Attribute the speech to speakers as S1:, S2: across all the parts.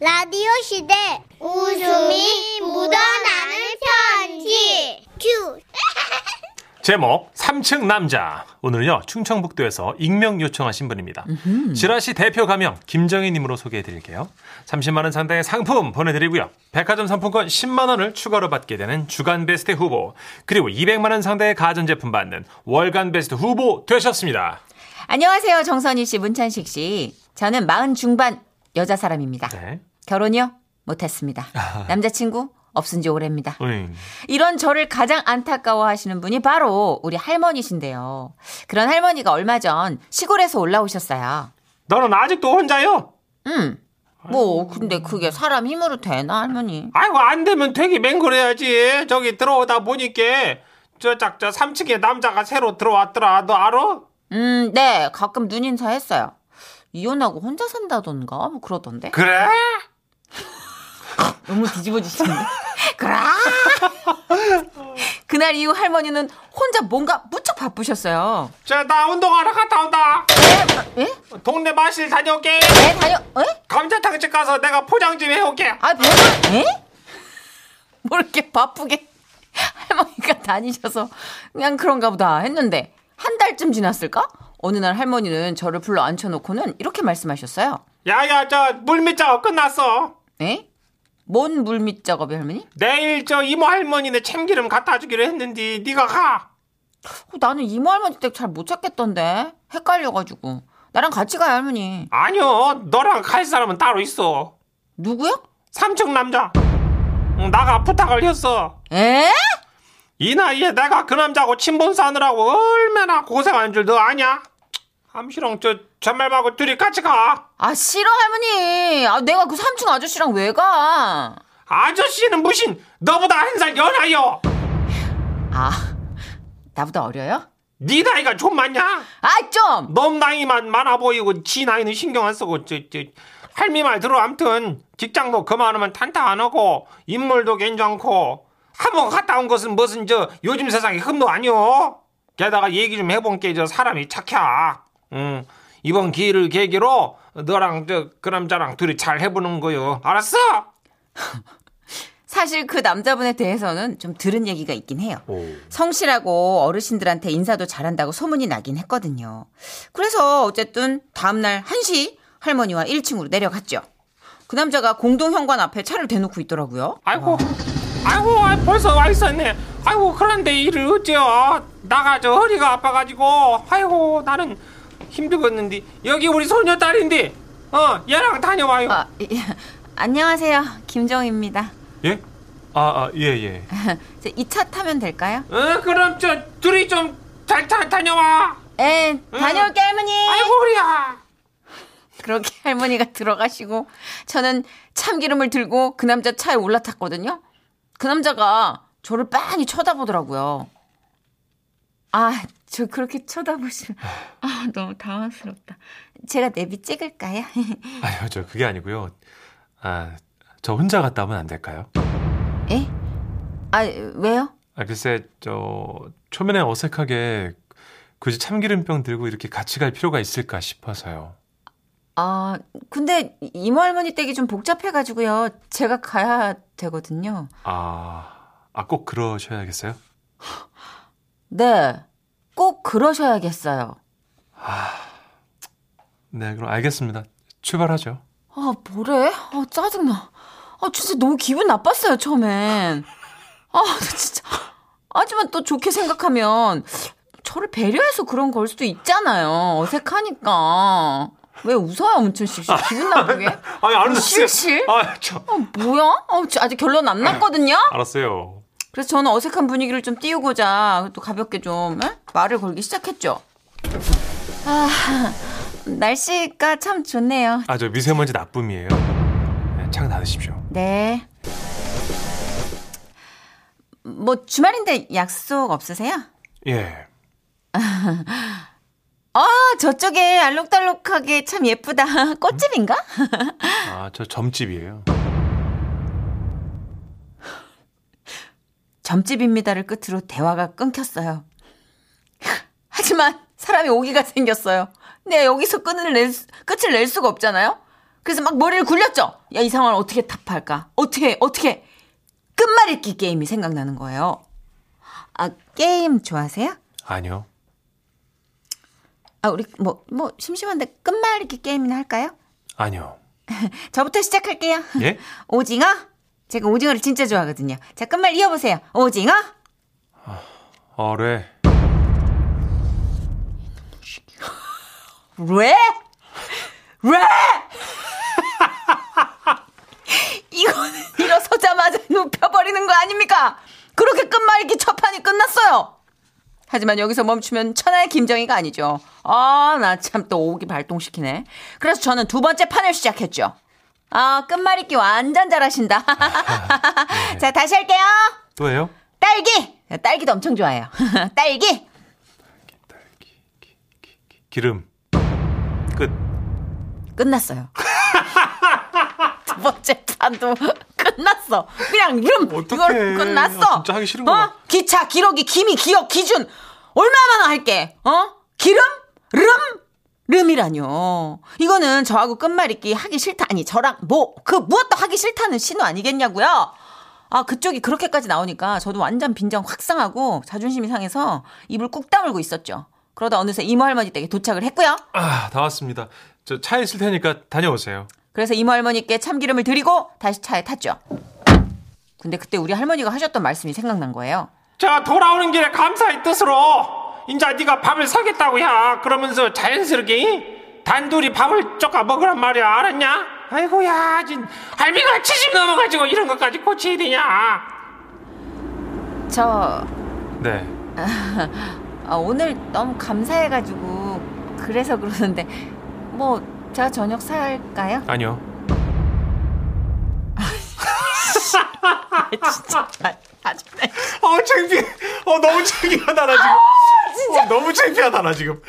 S1: 라디오 시대 웃음이 묻어나는 편지 큐
S2: 제목 3층 남자 오늘은요 충청북도에서 익명 요청하신 분입니다 지라시 대표 가명 김정희님으로 소개해드릴게요 30만 원 상당의 상품 보내드리고요 백화점 상품권 10만 원을 추가로 받게 되는 주간 베스트 후보 그리고 200만 원 상당의 가전제품 받는 월간 베스트 후보 되셨습니다
S3: 안녕하세요. 정선희 씨, 문찬식 씨. 저는 마흔 중반 여자 사람입니다.
S2: 네.
S3: 결혼이요? 못했습니다. 남자친구? 없은 지 오래입니다.
S2: 음.
S3: 이런 저를 가장 안타까워 하시는 분이 바로 우리 할머니신데요. 그런 할머니가 얼마 전 시골에서 올라오셨어요.
S2: 너는 아직도 혼자요?
S3: 음. 뭐, 근데 그게 사람 힘으로 되나, 할머니?
S2: 아이고 안 되면 되게 맹그래야지 저기 들어오다 보니까 저 짝저 3층에 남자가 새로 들어왔더라 너 알아?
S3: 음, 네. 가끔 눈인사 했어요. 이혼하고 혼자 산다던가, 뭐 그러던데.
S2: 그래?
S3: 너무 뒤집어지시는데. 그라! 그날 이후 할머니는 혼자 뭔가 무척 바쁘셨어요.
S2: 저 나 운동하러 갔다 온다
S3: 에?
S2: 동네 마실 다녀올게.
S3: 에? 다녀, 에?
S2: 감자탕집 가서 내가 포장 좀 해올게.
S3: 아, 배가, 에? 뭘뭐 이렇게 바쁘게 할머니가 다니셔서 그냥 그런가 보다 했는데 한 달쯤 지났을까? 어느 날 할머니는 저를 불러 앉혀놓고는 이렇게 말씀하셨어요.
S2: 야야 저 물밑 작업 끝났어.
S3: 에? 뭔 물밑 작업이 할머니?
S2: 내일 저 이모 할머니네 참기름 갖다 주기로 했는데 네가 가.
S3: 어, 나는 이모 할머니 댁 잘 못 찾겠던데 헷갈려가지고 나랑 같이 가요 할머니.
S2: 아니요 너랑 갈 사람은 따로 있어.
S3: 누구요?
S2: 삼층 남자. 응, 나가 부탁을 했어.
S3: 에?
S2: 이 나이에 내가 그 남자하고 친분 사느라고 얼마나 고생한 줄 너 아냐? 함시랑 저 전말하고 둘이 같이 가.
S3: 아 싫어 할머니. 아 내가 그 삼촌 아저씨랑 왜 가?
S2: 아저씨는 무신 너보다 한 살 연하여.
S3: 아 나보다 어려요?
S2: 네 나이가 좀 많냐?
S3: 아 좀.
S2: 넌 나이만 많아 보이고 지 나이는 신경 안 쓰고 저, 저, 할미 말 들어 암튼 직장도 그만하면 탄타 안 하고 인물도 괜찮고 한번 갔다 온 것은 무슨 저 요즘 세상의 흠도 아니오 게다가 얘기 좀 해본 게 저 사람이 착해 음, 이번 기회를 계기로 너랑 저 그 남자랑 둘이 잘 해보는 거요 알았어?
S3: 사실 그 남자분에 대해서는 좀 들은 얘기가 있긴 해요. 성실하고 어르신들한테 인사도 잘한다고 소문이 나긴 했거든요. 그래서 어쨌든 다음날 1시 할머니와 1층으로 내려갔죠. 그 남자가 공동현관 앞에 차를 대놓고 있더라고요.
S2: 아이고 아이고 아, 벌써 와 있었네 아이고 그런데 일을 어째요 나가 저 허리가 아파가지고 아이고 나는 힘들겠는데 여기 우리 소녀딸인데 어 얘랑 다녀와요
S3: 아, 예. 안녕하세요. 김정입니다.
S2: 예? 아 예예
S3: 이 차 타면 될까요?
S2: 어 그럼 저 둘이 좀 잘 다녀와
S3: 에 다녀올게 할머니.
S2: 아이고 우리야
S3: 그렇게 할머니가 들어가시고 저는 참기름을 들고 그 남자 차에 올라탔거든요. 그 남자가 저를 빤히 쳐다보더라고요. 아, 저 그렇게 쳐다보시면 아, 너무 당황스럽다. 제가 내비 찍을까요?
S2: 아니요 저 그게 아니고요 아 저 혼자 갔다 오면 안 될까요?
S3: 에? 아, 왜요?
S2: 아 글쎄 저 초면에 어색하게 굳이 참기름병 들고 이렇게 같이 갈 필요가 있을까 싶어서요
S3: 아, 근데 이모 할머니 댁이 좀 복잡해 가지고요. 제가 가야 되거든요.
S2: 아, 아, 꼭 그러셔야겠어요?
S3: 네. 꼭 그러셔야겠어요.
S2: 네, 그럼 알겠습니다. 출발하죠.
S3: 아, 뭐래? 아, 짜증나. 아, 진짜 너무 기분 나빴어요, 처음엔. 아, 나 진짜. 하지만 또 좋게 생각하면, 저를 배려해서 그런 걸 수도 있잖아요. 어색하니까. 왜 웃어요, 문천식 씨? 기분 나쁘게? 아,
S2: 아니,
S3: 알았어요. 실실?
S2: 아, 저.
S3: 뭐야? 아, 저 아직 결론 안 났거든요?
S2: 알았어요.
S3: 그래서 저는 어색한 분위기를 좀 띄우고자 또 가볍게 좀 에? 말을 걸기 시작했죠. 아, 날씨가 참 좋네요.
S2: 아, 저 미세먼지 나쁨이에요. 네, 창 닫으십시오.
S3: 네. 뭐 주말인데 약속 없으세요?
S2: 예.
S3: 아 저쪽에 알록달록하게 참 예쁘다 꽃집인가?
S2: 아, 저 점집이에요.
S3: 점집입니다를 끝으로 대화가 끊겼어요. 하지만 사람이 오기가 생겼어요. 네 여기서 끊을 낼 수- 끝을 낼 수가 없잖아요. 그래서 막 머리를 굴렸죠. 야, 이 상황을 어떻게 탑할까? 어떻게, 어떻게. 끝말잇기 게임이 생각나는 거예요. 아, 게임 좋아하세요?
S2: 아니요.
S3: 아, 우리 뭐, 뭐, 심심한데 끝말잇기 게임이나 할까요?
S2: 아니요.
S3: 저부터 시작할게요.
S4: 네.
S2: 예?
S3: 오징어? 제가 오징어를 진짜 좋아하거든요. 자, 끝말 이어보세요. 오징어?
S2: 어뢰. 네.
S3: 왜? 왜? 이거는 일어서자마자 눕혀버리는 거 아닙니까? 그렇게 끝말잇기 첫판이 끝났어요. 하지만 여기서 멈추면 천하의 김정희가 아니죠. 아, 나 참 또 오기 발동시키네. 그래서 저는 두 번째 판을 시작했죠. 아, 끝말잇기 완전 잘하신다. 자, 다시 할게요.
S2: 또예요?
S3: 딸기! 딸기도 엄청 좋아해요. 딸기!
S2: 기름. 끝.
S3: 끝났어요. 두 번째 판도 끝났어. 그냥 이름
S2: 어떡해.
S3: 이걸 끝났어.
S2: 아, 진짜 하기 싫은 거다.
S3: 어? 기차 기록이 기미 기억 기준 얼마나 할게. 어? 기름 름 름이라뇨. 이거는 저하고 끝말잇기 하기 싫다 아니 저랑 뭐 그 무엇도 하기 싫다는 신호 아니겠냐고요. 아 그쪽이 그렇게까지 나오니까 저도 완전 빈정 확상하고 자존심이 상해서 입을 꾹 다물고 있었죠. 그러다 어느새 이모 할머니 댁에 도착을 했고요.
S2: 아, 다 왔습니다. 저 차에 있을 테니까 다녀오세요.
S3: 그래서 이모 할머니께 참기름을 드리고 다시 차에 탔죠. 근데 그때 우리 할머니가 하셨던 말씀이 생각난 거예요.
S2: 자, 돌아오는 길에 감사의 뜻으로 인자 네가 밥을 사겠다고 야. 그러면서 자연스럽게 이? 단둘이 밥을 쪼까 먹으란 말이야. 알았냐? 아이고야, 진 할미가 70 넘어가지고 이런 것까지 고쳐야 되냐?
S3: 저
S2: 네.
S3: 아, 오늘 너무 감사해가지고 그래서 그러는데 뭐 제가 저녁 살까요?
S2: 아니요.
S3: 진짜 아, 아주
S2: 아, 창피해. 어, 너무 창피하다, 나 지금. 어, 너무 창피하다, 나 지금.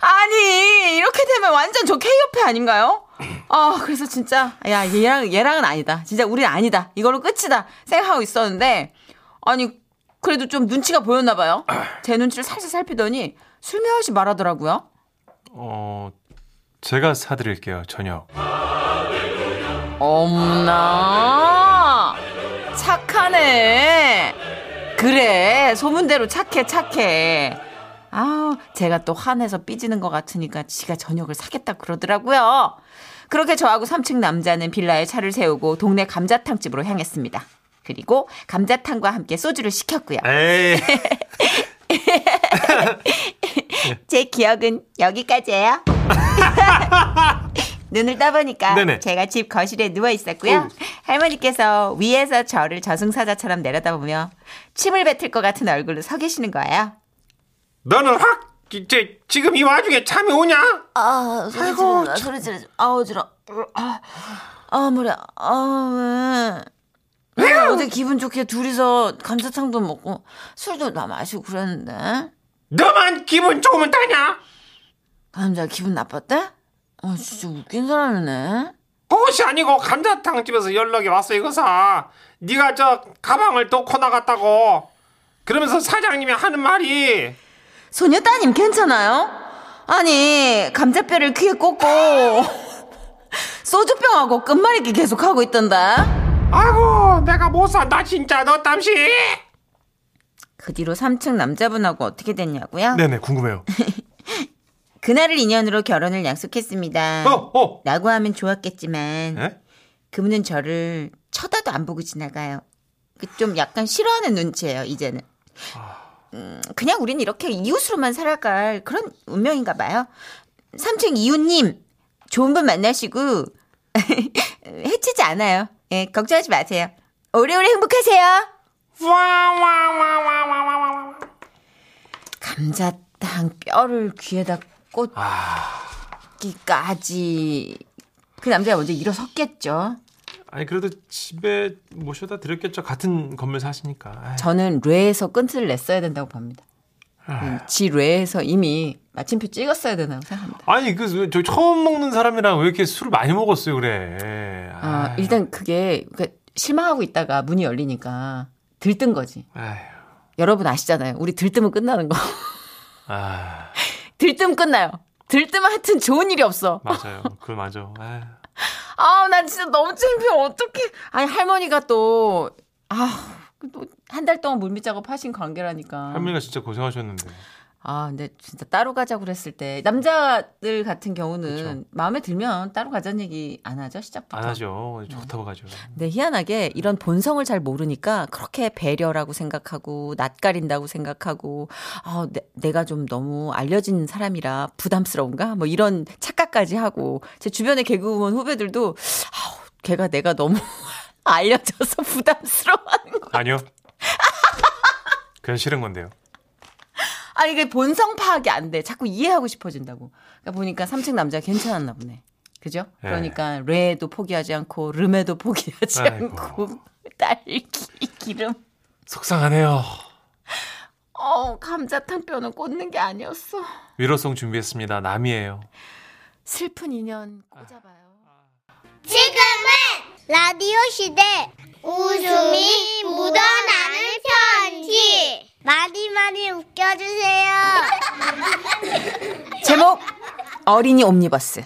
S3: 아니 이렇게 되면 완전 저 K협회 아닌가요? 아 그래서 진짜 야 얘랑 얘랑은 아니다 진짜 우린 아니다 이걸로 끝이다 생각하고 있었는데 아니 그래도 좀 눈치가 보였나 봐요 제 눈치를 살살 살피더니 슬며시 말하더라고요
S2: 어, 제가 사드릴게요, 저녁.
S3: 어머나 착하네 그래 소문대로 착해 착해 아 제가 또 화내서 삐지는 것 같으니까 지가 저녁을 사겠다 그러더라고요 그렇게 저하고 3층 남자는 빌라에 차를 세우고 동네 감자탕집으로 향했습니다 그리고 감자탕과 함께 소주를 시켰고요
S2: 에이.
S3: 제 기억은 여기까지예요 눈을 떠보니까
S2: 네네.
S3: 제가 집 거실에 누워 있었고요. 할머니께서 위에서 저를 저승사자처럼 내려다보며 침을 뱉을 것 같은 얼굴로 서 계시는 거예요.
S2: 너는 확, 이제, 지금 이 와중에 참이 오냐?
S3: 아, 소리 지르라, 소리 지르지. 아, 어지러. 아, 아, 머리. 아, 왜? 왜 어제 기분 좋게 둘이서 감자탕도 먹고 술도 나 마시고 그랬는데.
S2: 너만 기분 좋으면 다냐?
S3: 남자 기분 나빴대? 아, 진짜 웃긴 사람이네.
S2: 그것이 아니고 감자탕 집에서 연락이 왔어 이거사. 네가 저 가방을 놓고 나갔다고. 그러면서 사장님이 하는 말이
S3: 소녀따님 괜찮아요? 아니 감자뼈를 귀에 꽂고 소주병하고 끝말잇기 계속하고 있던데
S2: 아이고 내가 못 산다 진짜 너 땀시.
S3: 그 뒤로 3층 남자분하고 어떻게 됐냐고요?
S2: 네네 궁금해요.
S3: 그날을 인연으로 결혼을 약속했습니다
S2: 어 어.
S3: 라고 하면 좋았겠지만
S2: 에?
S3: 그분은 저를 쳐다도 안 보고 지나가요 그좀 약간 싫어하는 눈치예요 이제는 음, 그냥 우린 이렇게 이웃으로만 살아갈 그런 운명인가 봐요 3층 이웃님 좋은 분 만나시고 해치지 않아요. 예, 걱정하지 마세요. 오래오래 행복하세요.
S2: 와와와와와와와.
S3: 감자탕 뼈를 귀에다 꽂기까지 그 남자가 먼저 일어섰겠죠.
S2: 아니 그래도 집에 모셔다 드렸겠죠 같은 건물 사시니까.
S3: 저는 뇌에서 끝을 냈어야 된다고 봅니다. 음, 지 뇌에서 이미 마침표 찍었어야 된다고 생각합니다.
S2: 아니 그저 처음 먹는 사람이랑 왜 이렇게 술을 많이 먹었어요 그래.
S3: 아, 일단 그게 그러니까 실망하고 있다가 문이 열리니까 들뜬 거지. 여러분 아시잖아요. 우리 들뜨면 끝나는 거.
S2: 아.
S3: 들뜸 끝나요. 들뜸 하여튼 좋은 일이 없어.
S2: 맞아요. 그걸 맞아. 아유.
S3: 아, 난 진짜 너무 창피해. 어떡해. 아니, 할머니가 또, 아, 한 달 동안 물밑 작업하신 관계라니까.
S2: 할머니가 진짜 고생하셨는데.
S3: 아, 근데 진짜 따로 가자고 그랬을 때, 남자들 같은 경우는 마음에 들면 따로 가자는 얘기 안 하죠, 시작부터.
S2: 안 하죠. 좋다고 가죠.
S3: 근데 네, 희한하게 이런 본성을 잘 모르니까 그렇게 배려라고 생각하고 낯가린다고 생각하고 아, 내, 내가 좀 너무 알려진 사람이라 부담스러운가 뭐 이런 착각까지 하고 제 주변의 개그우먼 후배들도 아우 걔가 내가 너무 알려져서 부담스러워하는 거
S2: 아니요. 그냥 싫은 건데요.
S3: 아니 이게 본성 파악이 안 돼 자꾸 이해하고 싶어진다고 그러니까 보니까 삼층 남자 괜찮았나 보네 그죠
S2: 예.
S3: 그러니까 레도 포기하지 않고 름에도 포기하지
S2: 아이고.
S3: 않고 딸기 기름
S2: 속상하네요.
S3: 어, 감자탕 뼈는 꽂는 게 아니었어.
S2: 위로송 준비했습니다. 남이에요.
S3: 슬픈 인연 꽂아봐요.
S1: 지금은 라디오 시대 웃음이 묻어나는 편지 많이 많이 웃겨주세요
S3: 제목 어린이 옴니버스.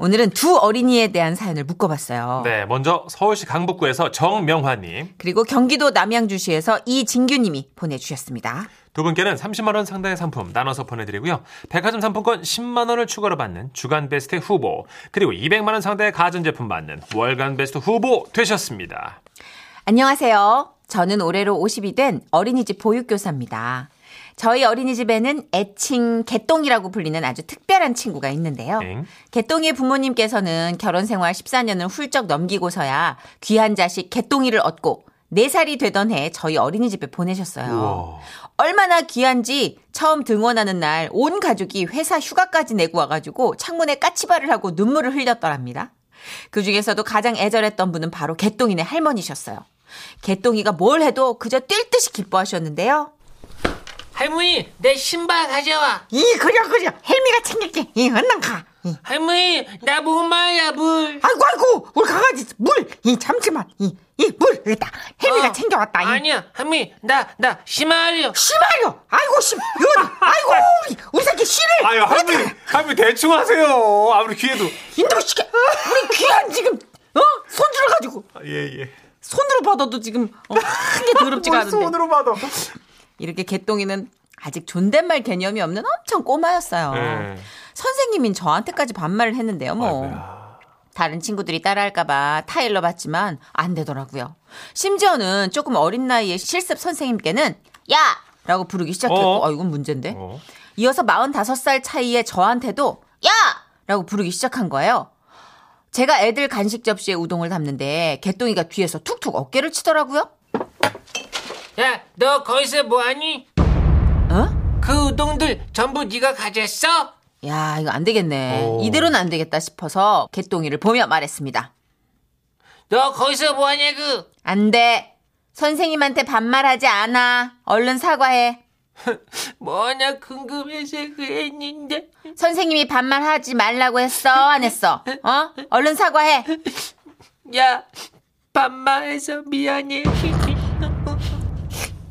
S3: 오늘은 두 어린이에 대한 사연을 묶어봤어요.
S2: 네, 먼저 서울시 강북구에서 정명화님
S3: 그리고 경기도 남양주시에서 이진규님이 보내주셨습니다.
S2: 두 분께는 30만 원 상당의 상품 나눠서 보내드리고요. 백화점 상품권 10만 원을 추가로 받는 주간 베스트 후보 그리고 200만 원 상당의 가전제품 받는 월간 베스트 후보 되셨습니다.
S3: 안녕하세요. 저는 올해로 50이 된 어린이집 보육교사입니다. 저희 어린이집에는 애칭 개똥이라고 불리는 아주 특별한 친구가 있는데요.
S2: 엥?
S3: 개똥이의 부모님께서는 결혼 생활 14년을 훌쩍 넘기고서야 귀한 자식 개똥이를 얻고 4살이 되던 해 저희 어린이집에 보내셨어요.
S2: 우와.
S3: 얼마나 귀한지 처음 등원하는 날 온 가족이 회사 휴가까지 내고 와가지고 창문에 까치발을 하고 눈물을 흘렸더랍니다. 그 중에서도 가장 애절했던 분은 바로 개똥이네 할머니셨어요. 개똥이가 뭘 해도 그저 뛸 듯이 기뻐하셨는데요.
S5: 할머니 내 신발 가져와
S3: 이 그려 그려 헬미가 챙길게. 이 얼른 가.
S5: 할머니 나 목마야 물
S3: 아이고 아이고 우리 강아지 물이 잠시만 이이물 여기다 혜미가
S5: 어.
S3: 챙겨왔다
S5: 아니야 할머니 나 나 심하려
S3: 씨발요 아이고 씨 이건 아이고 우리 우리 새끼 씨를
S2: 아유 할머니, 할머니 대충 하세요. 아무리 귀에도
S3: 인도시게 우리 귀한 지금 어 손주를 가지고
S2: 아, 예예.
S3: 손으로 받아도 지금 어, 크게 더럽지가 않은데
S2: 손으로 받아.
S3: 이렇게 개똥이는 아직 존댓말 개념이 없는 엄청 꼬마였어요
S2: 네.
S3: 선생님인 저한테까지 반말을 했는데요 뭐 다른 친구들이 따라할까봐 타일러 봤지만 안 되더라고요. 심지어는 조금 어린 나이에 실습 선생님께는 야! 라고 부르기 시작했고,
S2: 어어.
S3: 아, 이건 문제인데.
S2: 어.
S3: 이어서 45살 차이에 저한테도 야! 라고 부르기 시작한 거예요. 제가 애들 간식 접시에 우동을 담는데 개똥이가 뒤에서 툭툭 어깨를 치더라고요.
S5: 야 너 거기서 뭐하니
S3: 어?
S5: 그 우동들 전부 네가 가졌어
S3: 야, 이거 안 되겠네.
S2: 오.
S3: 이대로는 안 되겠다 싶어서 개똥이를 보며 말했습니다.
S5: 너 거기서 뭐하냐고 그?
S3: 안 돼. 선생님한테 반말하지 않아. 얼른 사과해.
S5: 뭐냐 궁금해서 그랬는데
S3: 선생님이 반말하지 말라고 했어 안 했어 어 얼른 사과해
S5: 야 반말해서 미안해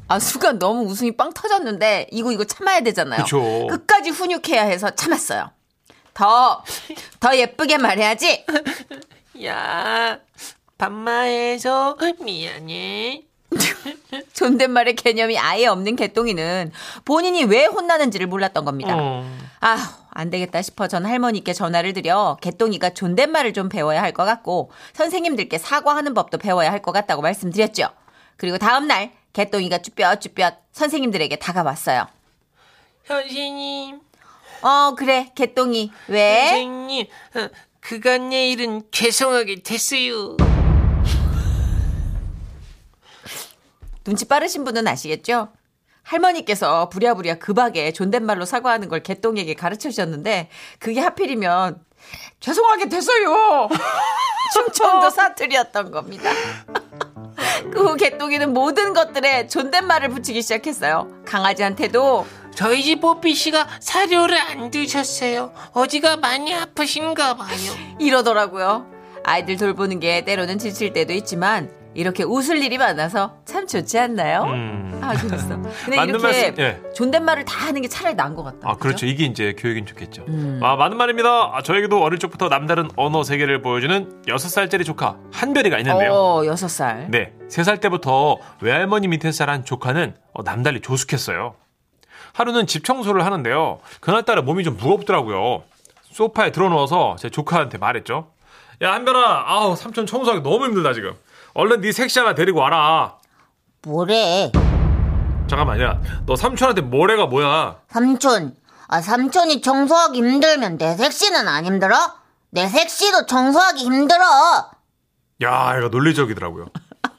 S3: 아 순간 너무 웃음이 빵 터졌는데 이거 이거 참아야 되잖아요
S2: 그쵸.
S3: 끝까지 훈육해야 해서 참았어요 더 더 예쁘게 말해야지
S5: 야 반말해서 미안해
S3: 존댓말의 개념이 아예 없는 개똥이는 본인이 왜 혼나는지를 몰랐던 겁니다
S2: 어.
S3: 아, 안 되겠다 싶어 전 할머니께 전화를 드려 개똥이가 존댓말을 좀 배워야 할 것 같고 선생님들께 사과하는 법도 배워야 할 것 같다고 말씀드렸죠. 그리고 다음 날 개똥이가 쭈뼛쭈뼛 선생님들에게 다가왔어요.
S5: 선생님
S3: 어, 그래. 개똥이. 왜?
S5: 선생님 어, 그간 내 일은 죄송하게 됐어요
S3: 눈치 빠르신 분은 아시겠죠? 할머니께서 부랴부랴 급하게 존댓말로 사과하는 걸 개똥이에게 가르쳐 주셨는데 그게 하필이면 죄송하게 됐어요. 충청도 사투리였던 겁니다. 그 후 개똥이는 모든 것들에 존댓말을 붙이기 시작했어요. 강아지한테도
S5: 저희 집 뽀삐 씨가 사료를 안 드셨어요. 어디가 많이 아프신가 봐요.
S3: 이러더라고요. 아이들 돌보는 게 때로는 지칠 때도 있지만 이렇게 웃을 일이 많아서 참 좋지 않나요?
S2: 음.
S3: 아 재밌어. 근데
S2: 맞는
S3: 이렇게
S2: 말씀, 예.
S3: 존댓말을 다 하는 게 차라리 나은 것 같다.
S4: 아, 그렇죠. 이게 이제 교육인 좋겠죠. 아, 많은 말입니다. 아, 저에게도 어릴 적부터 남다른 언어 세계를 보여주는 6살짜리 조카 한별이가 있는데요.
S3: 어 여섯 살.
S4: 네, 3살 때부터 외할머니 밑에서 자란 조카는 어, 남달리 조숙했어요. 하루는 집 청소를 하는데요. 그날따라 몸이 좀 무겁더라고요. 소파에 들어누워서 제 조카한테 말했죠. 야, 한별아, 아우, 삼촌 청소하기 너무 힘들다, 지금. 얼른 네 색시 하나 데리고 와라.
S6: 뭐래?
S4: 잠깐만, 야, 너 삼촌한테 뭐래가 뭐야?
S6: 삼촌. 아, 삼촌이 청소하기 힘들면 내 색시는 안 힘들어? 내 색시도 청소하기 힘들어.
S4: 야, 얘가 논리적이더라고요.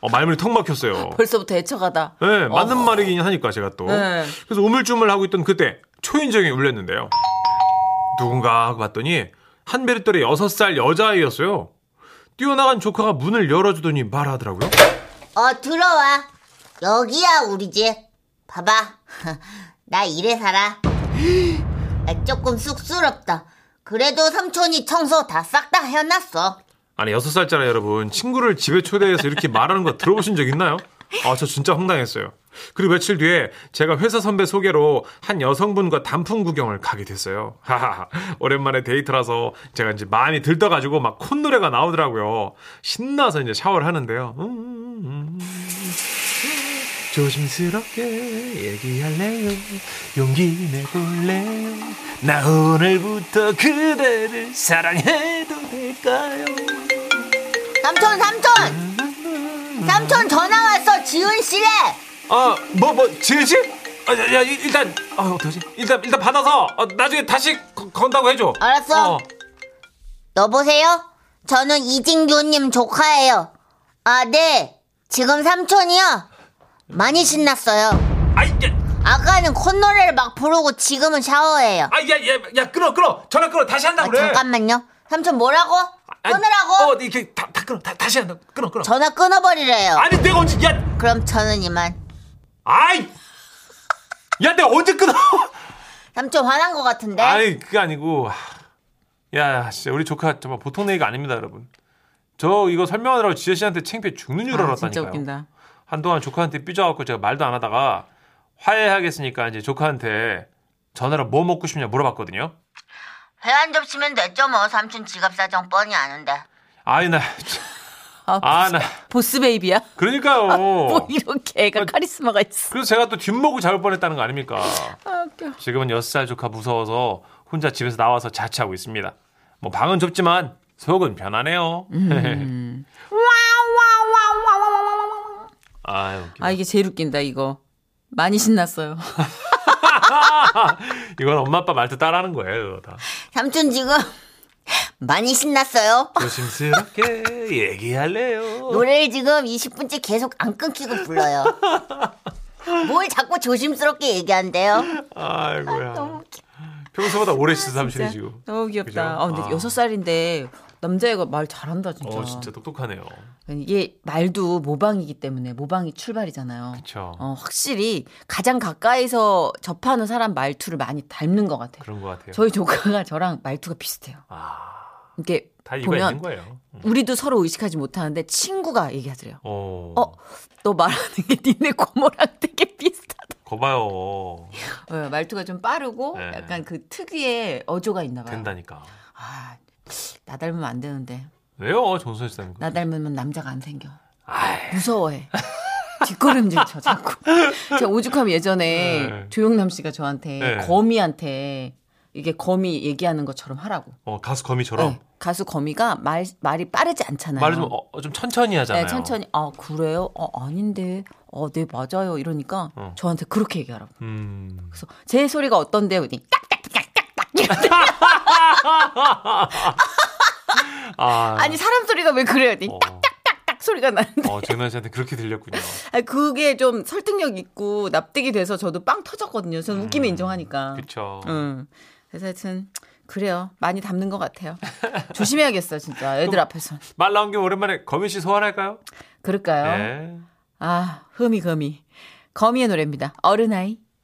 S4: 어, 말문이 턱 막혔어요.
S3: 벌써부터 애처가다.
S4: 네, 맞는 말이긴 하니까 제가 또.
S3: 네.
S4: 그래서 우물쭈물 하고 있던 그때 초인종이 울렸는데요. 누군가 하고 봤더니 한베리떨의 6살 여자아이였어요. 뛰어나간 조카가 문을 열어주더니 말하더라고요.
S6: 어, 들어와. 여기야, 우리 집. 봐봐. 나 이래 살아. 아, 조금 쑥스럽다. 그래도 삼촌이 청소 다 싹 다 해놨어.
S4: 아니, 6살짜리 여러분, 친구를 집에 초대해서 이렇게 말하는 거 들어보신 적 있나요? 아, 저 진짜 황당했어요. 그리고 며칠 뒤에 제가 회사 선배 소개로 한 여성분과 단풍 구경을 가게 됐어요. 하하, 오랜만에 데이트라서 제가 이제 마음이 들떠가지고 막 콧노래가 나오더라고요. 신나서 이제 샤워를 하는데요. 음, 음, 음. 조심스럽게 얘기할래요. 용기 내볼래요. 나 오늘부터 그대를 사랑해도 될까요?
S6: 삼촌, 삼촌! 삼촌 전화 왔어, 지은 씨래!
S4: 아, 뭐, 뭐, 지은 씨? 아, 야, 야, 일단, 아, 어떡하지? 일단, 일단 받아서, 어, 나중에 다시 거- 건다고 해줘.
S6: 알았어.
S4: 어.
S6: 여보세요? 저는 이진규님 조카예요. 아, 네. 지금 삼촌이요? 많이 신났어요.
S4: 아이, 야,
S6: 아까는 콧노래를 막 부르고 지금은 샤워해요.
S4: 아이, 야, 야, 야, 끊어, 끊어. 전화 끊어. 다시 한다고
S6: 아,
S4: 그래.
S6: 잠깐만요. 삼촌 뭐라고?
S4: 아이,
S6: 끊으라고?
S4: 어, 이렇게 다, 다 끊어. 다, 다시 한다고. 끊어, 끊어.
S6: 전화 끊어버리래요.
S4: 아니, 내가 언제, 야,
S6: 그럼 저는 이만.
S4: 아이! 야, 내가 언제 끊어?
S6: 삼촌 화난 것 같은데?
S4: 아이, 그게 아니고. 야, 진짜 우리 조카 정말 보통 얘기가 아닙니다, 여러분. 저 이거 설명하느라고 지혜 씨한테 창피해 죽는 줄
S3: 아,
S4: 알았다니까요.
S3: 진짜 웃긴다.
S4: 한동안 조카한테 삐져갖고 제가 말도 안 하다가 화해하겠으니까 이제 조카한테 전화로 뭐 먹고 싶냐 물어봤거든요.
S6: 회한 접시면 됐죠 뭐. 삼촌 지갑 사정 뻔히 아는데.
S4: 아이 나,
S3: 아,
S4: 아 나,
S3: 보스 베이비야.
S4: 그러니까요.
S3: 뭐 이렇게 애가
S4: 어. 아,
S3: 카리스마가 있어.
S4: 그래서 제가 또 뒷목을 잡을 뻔했다는 거 아닙니까?
S3: 아, 웃겨.
S4: 지금은 6살 조카 무서워서 혼자 집에서 나와서 자취하고 있습니다. 뭐 방은 좁지만 속은 편하네요.
S3: 음.
S4: 아유, 웃기다.
S3: 아 이게 제일 웃긴다 이거. 많이 신났어요.
S4: 이건 엄마 아빠 말투 따라하는 거예요, 이거 다.
S6: 삼촌 지금 많이 신났어요.
S4: 조심스럽게 얘기할래요.
S6: 노래를 지금 20분째 계속 안 끊기고 불러요. 뭘 자꾸 조심스럽게 얘기한대요.
S4: 아이고야. 평소보다 오래 쓰는 삼촌이 지금.
S3: 너무 귀엽다.
S4: 그죠?
S3: 아, 근데
S4: 아.
S3: 여섯 살인데 남자애가 말 잘한다 진짜.
S4: 어, 진짜 똑똑하네요.
S3: 이게 말도 모방이기 때문에 모방이 출발이잖아요.
S4: 그쵸.
S3: 어, 확실히 가장 가까이서 접하는 사람 말투를 많이 닮는 것 같아요.
S4: 그런 것 같아요.
S3: 저희 조카가 저랑 말투가 비슷해요.
S4: 아,
S3: 이렇게
S4: 다 이유가 있는
S3: 보면
S4: 거예요. 음.
S3: 우리도 서로 의식하지 못하는데 친구가 얘기하더래요.
S4: 어,
S3: 어, 너 말하는 게 니네 고모랑 되게 비슷하다.
S4: 거봐요.
S3: 어, 말투가 좀 빠르고
S4: 네.
S3: 약간 그 특유의 어조가 있나 봐요.
S4: 된다니까.
S3: 아, 나 닮으면 안 되는데.
S4: 왜요, 정선 씨 닮은 거?
S3: 나 닮으면 남자가 안 생겨.
S4: 아이,
S3: 무서워해. 뒷걸음질 쳐 자꾸. 제가 오죽하면 예전에
S4: 네.
S3: 조용남 씨가 저한테
S4: 네.
S3: 거미한테 이게 거미 얘기하는 것처럼 하라고.
S4: 어, 가수 거미처럼
S3: 네. 가수 거미가 말 말이 빠르지 않잖아요.
S4: 말을 좀, 어, 좀 천천히 하잖아요.
S3: 네, 천천히 아 그래요? 어 아닌데. 어 네 맞아요. 이러니까
S4: 어.
S3: 저한테 그렇게 얘기하라고.
S4: 음.
S3: 그래서 제 소리가 어떤데요? 그랬더니 딱딱딱딱딱. 이러는데
S4: 아,
S3: 아니 사람 소리가 왜 그래요? 그랬더니
S4: 어.
S3: 딱딱딱딱 소리가 나는데.
S4: 어, 정선 씨한테 그렇게 들렸군요.
S3: 아니, 그게 좀 설득력 있고 납득이 돼서 저도 빵 터졌거든요. 저는 웃기면 인정하니까.
S4: 음. 그쵸.
S3: 응. 그래서 하여튼 그래요. 많이 담는 것 같아요. 조심해야겠어 진짜 애들 앞에서.
S4: 말 나온 김에 오랜만에 거미 씨 소환할까요?
S3: 그럴까요?
S4: 네.
S3: 아 흠이 거미. 거미의 노래입니다. 어른아이.